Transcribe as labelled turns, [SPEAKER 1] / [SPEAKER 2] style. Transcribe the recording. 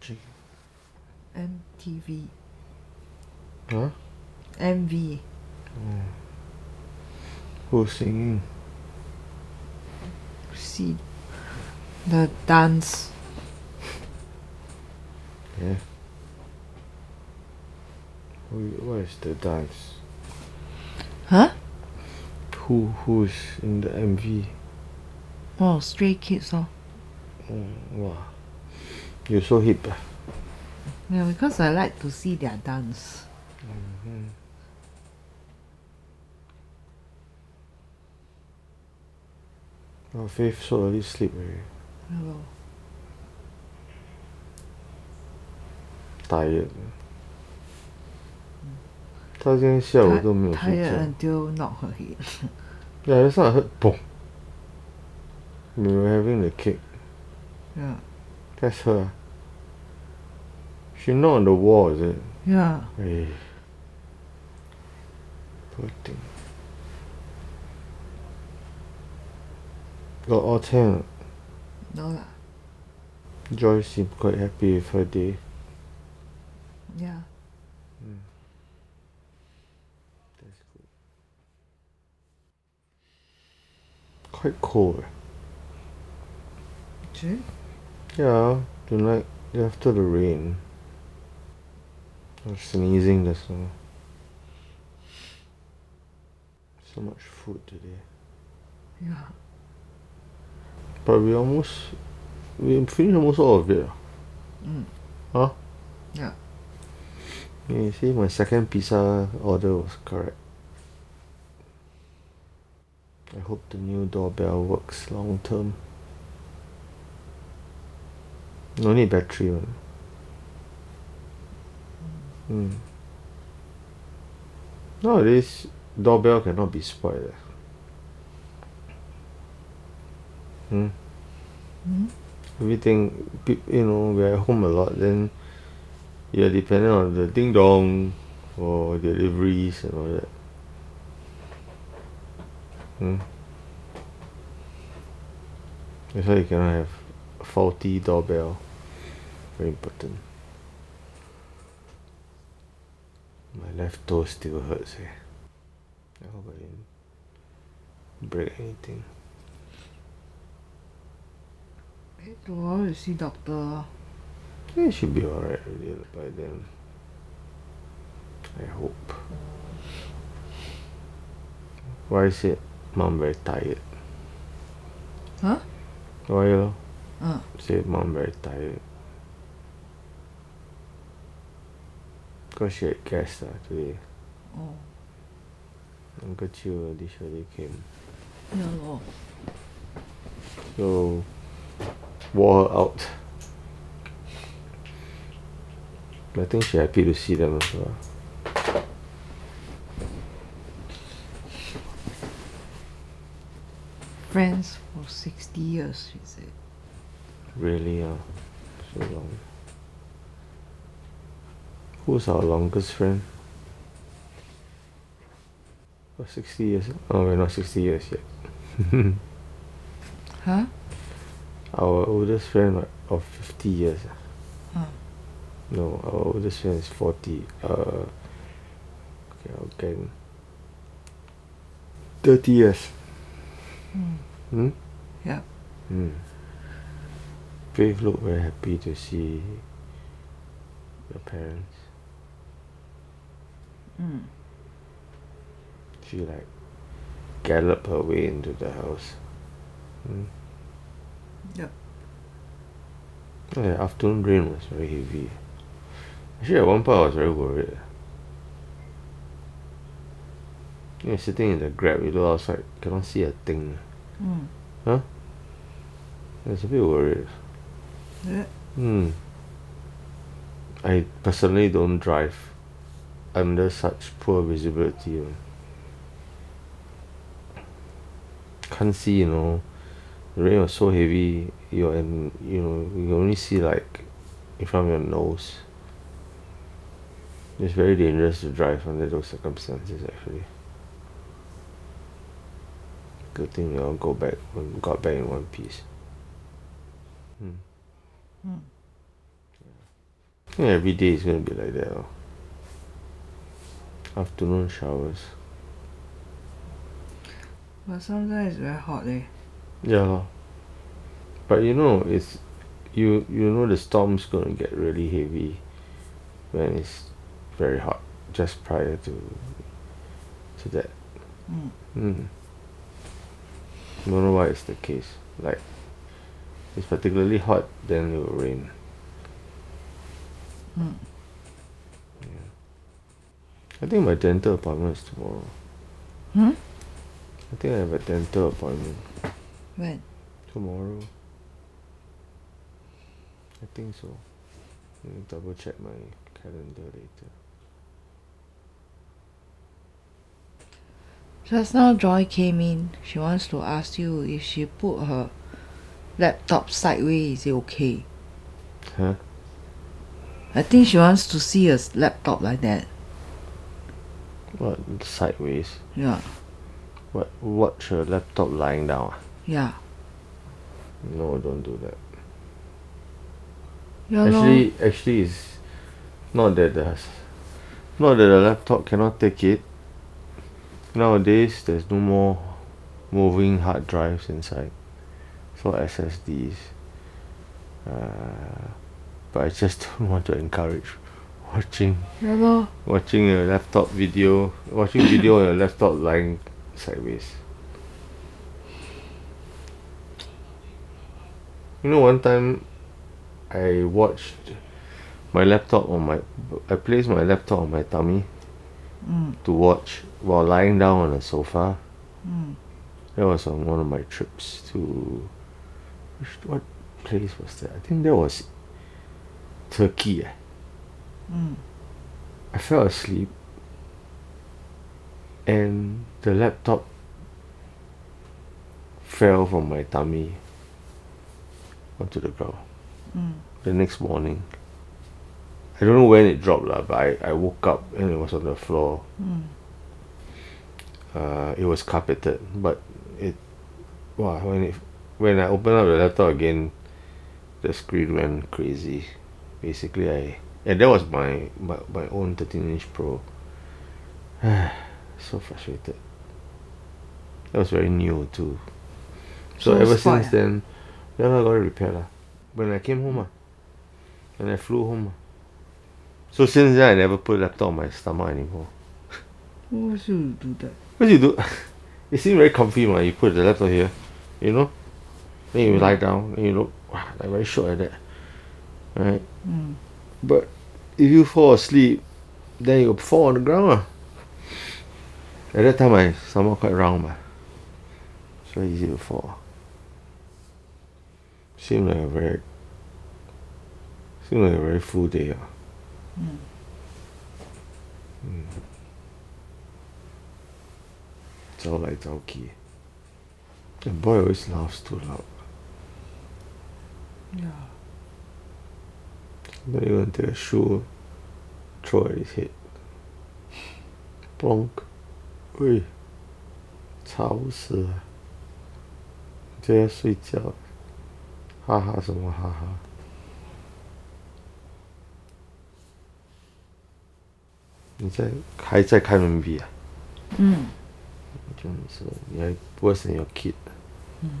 [SPEAKER 1] G
[SPEAKER 2] MTV
[SPEAKER 1] 啊，
[SPEAKER 2] MV
[SPEAKER 1] 不行，
[SPEAKER 2] C The Dance
[SPEAKER 1] 哎、Who what is the dance?
[SPEAKER 2] 啊
[SPEAKER 1] Who who's in the MV?
[SPEAKER 2] 哦 Oh, Stray Kids 哦
[SPEAKER 1] 嗯，哇，有 so hip ah. 啊！
[SPEAKER 2] Yeah, because I like to see their dance.
[SPEAKER 1] Oh, Faith so early sleep already.
[SPEAKER 2] Hello.
[SPEAKER 1] Tired. eh? 他今天下午都没有
[SPEAKER 2] Ti-
[SPEAKER 1] 睡
[SPEAKER 2] tired
[SPEAKER 1] 觉。
[SPEAKER 2] until knock her head.
[SPEAKER 1] Yeah, that's not I heard boom. We were having the cake.
[SPEAKER 2] Yeah.
[SPEAKER 1] That's her. She not on the wall, is it?
[SPEAKER 2] Yeah.
[SPEAKER 1] Hey. Poor thing. Got all ten.
[SPEAKER 2] No lah.
[SPEAKER 1] Joyce seemed quite happy with her day.
[SPEAKER 2] Yeah.
[SPEAKER 1] That's good. Quite cold. eh?
[SPEAKER 2] True.
[SPEAKER 1] Yeah, tonight after the rain. I was sneezing just now. So much food today.
[SPEAKER 2] Yeah.
[SPEAKER 1] But we almost we finished almost all of it. ah.
[SPEAKER 2] Mm.
[SPEAKER 1] Huh?
[SPEAKER 2] Yeah.
[SPEAKER 1] Yeah, you see my second pizza order was correct. I hope the new doorbell works long term. No need battery one. Mm. Nowadays doorbell cannot be spoiled. eh. Hmm?
[SPEAKER 2] Hmm?
[SPEAKER 1] everything pe- you know we're at home a lot then you're dependent on the ding dong or deliveries and all that hmm. that's why you cannot have faulty doorbell very important my left toe still hurts eh. I hope I didn't break anything
[SPEAKER 2] Eh, Tomorrow you see doctor. lor.
[SPEAKER 1] Yeah, it should be alright already by then. I hope. Why is it mom very tired?
[SPEAKER 2] Huh?
[SPEAKER 1] Why you
[SPEAKER 2] Uh.
[SPEAKER 1] say mom very tired? Cause she had guests lah today.
[SPEAKER 2] Oh.
[SPEAKER 1] Uncle Chiu initially came.
[SPEAKER 2] Yeah lor.
[SPEAKER 1] So wore her out. I think she happy to see them as well.
[SPEAKER 2] Friends for sixty years, she said.
[SPEAKER 1] Really, uh, so long. Who's our longest friend? For 60 years? Oh, we're not 60 years yet.
[SPEAKER 2] Huh?
[SPEAKER 1] our oldest friend like, of 50 years. ah.
[SPEAKER 2] Huh.
[SPEAKER 1] No, our oldest friend is 40. Uh, okay, okay. 30 years.
[SPEAKER 2] Mm.
[SPEAKER 1] Hmm?
[SPEAKER 2] Yeah.
[SPEAKER 1] Mm. Faith looked very happy to see your parents.
[SPEAKER 2] Mm.
[SPEAKER 1] She like galloped her way into the house. Mm.
[SPEAKER 2] Yep.
[SPEAKER 1] Yeah, the afternoon rain was very heavy. Actually, at one point I was very worried. You know, sitting in the grab, you look outside, cannot see a thing.
[SPEAKER 2] Mm.
[SPEAKER 1] I was a bit worried.
[SPEAKER 2] Yeah.
[SPEAKER 1] Hmm. I personally don't drive under such poor visibility. you know. Can't see, you know. The rain was so heavy, you know, and you know, you can only see like in front of your nose. It's very dangerous to drive under those circumstances actually. Good thing we all go back Hmm.
[SPEAKER 2] Hmm.
[SPEAKER 1] got back in one piece.
[SPEAKER 2] Mm.
[SPEAKER 1] think every day is gonna be like that. lor. Afternoon showers.
[SPEAKER 2] But sometimes it's very hot eh. leh.
[SPEAKER 1] Yeah. lor. But you know, it's you you know the storm's gonna get really heavy when it's very hot. Just prior to to that.
[SPEAKER 2] Mm.
[SPEAKER 1] Mm. Don't know why it's the case. Like it's particularly hot, then it will rain.
[SPEAKER 2] Mm.
[SPEAKER 1] I think my dental appointment is tomorrow.
[SPEAKER 2] Hmm?
[SPEAKER 1] I think I have a dental appointment
[SPEAKER 2] When?
[SPEAKER 1] tomorrow. I think so. Let me double check my calendar later.
[SPEAKER 2] Just now Joy came in. She wants to ask you if she put her laptop sideways, is it okay?
[SPEAKER 1] Huh?
[SPEAKER 2] I think she wants to see a s- laptop like that.
[SPEAKER 1] What sideways?
[SPEAKER 2] Yeah.
[SPEAKER 1] What watch your laptop lying down? ah?
[SPEAKER 2] Yeah.
[SPEAKER 1] No, don't do that.
[SPEAKER 2] Yeah lor.
[SPEAKER 1] Actually, actually, it's not that the not that the laptop cannot take it. Nowadays, there's no more moving hard drives inside, so SSDs. Uh, but I just don't want to encourage watching
[SPEAKER 2] Yeah lor.
[SPEAKER 1] watching a laptop video, watching video on your laptop lying sideways. You know, one time I watched my laptop on my, I placed my laptop on my tummy
[SPEAKER 2] Mm.
[SPEAKER 1] to watch while lying down on a sofa.
[SPEAKER 2] Mm.
[SPEAKER 1] That was on one of my trips to, which, what place was that? I think that was Turkey. eh.
[SPEAKER 2] Mm.
[SPEAKER 1] I fell asleep and the laptop fell from my tummy onto the ground.
[SPEAKER 2] Mm.
[SPEAKER 1] The next morning, I don't know when it dropped, lah, but I, I woke up and it was on the floor.
[SPEAKER 2] Mm.
[SPEAKER 1] Uh, it was carpeted, but it wow, when it when I opened up the laptop again, the screen went crazy. Basically, I and that was my my, my own 13 inch Pro. so frustrated. That was very new too. So,
[SPEAKER 2] So
[SPEAKER 1] ever
[SPEAKER 2] spoiled,
[SPEAKER 1] since
[SPEAKER 2] ah?
[SPEAKER 1] then, then I got it repaired lah. When I came home ah, and I flew home. ah. So since then, I never put laptop on my stomach anymore.
[SPEAKER 2] Why should you do that?
[SPEAKER 1] Because you do, it seems very comfy, man. You put the laptop here, you know, then you lie down, then you look, wow, like very short like that, right?
[SPEAKER 2] Mm.
[SPEAKER 1] But if you fall asleep, then you fall on the ground. ah. At that time, my stomach quite round, man. It's very easy to fall. Seems like a very, seems like a very full day. ah. Hmm.
[SPEAKER 2] Mm.
[SPEAKER 1] It's all like key. The boy always laughs too loud.
[SPEAKER 2] Yeah.
[SPEAKER 1] Not even take a shoe, throw at his head. Plonk. Ui. 吵死了！这要睡觉，哈哈什么哈哈？你在还在开门闭啊？
[SPEAKER 2] Mm.
[SPEAKER 1] 就是你还 worse than your kid。
[SPEAKER 2] Mm.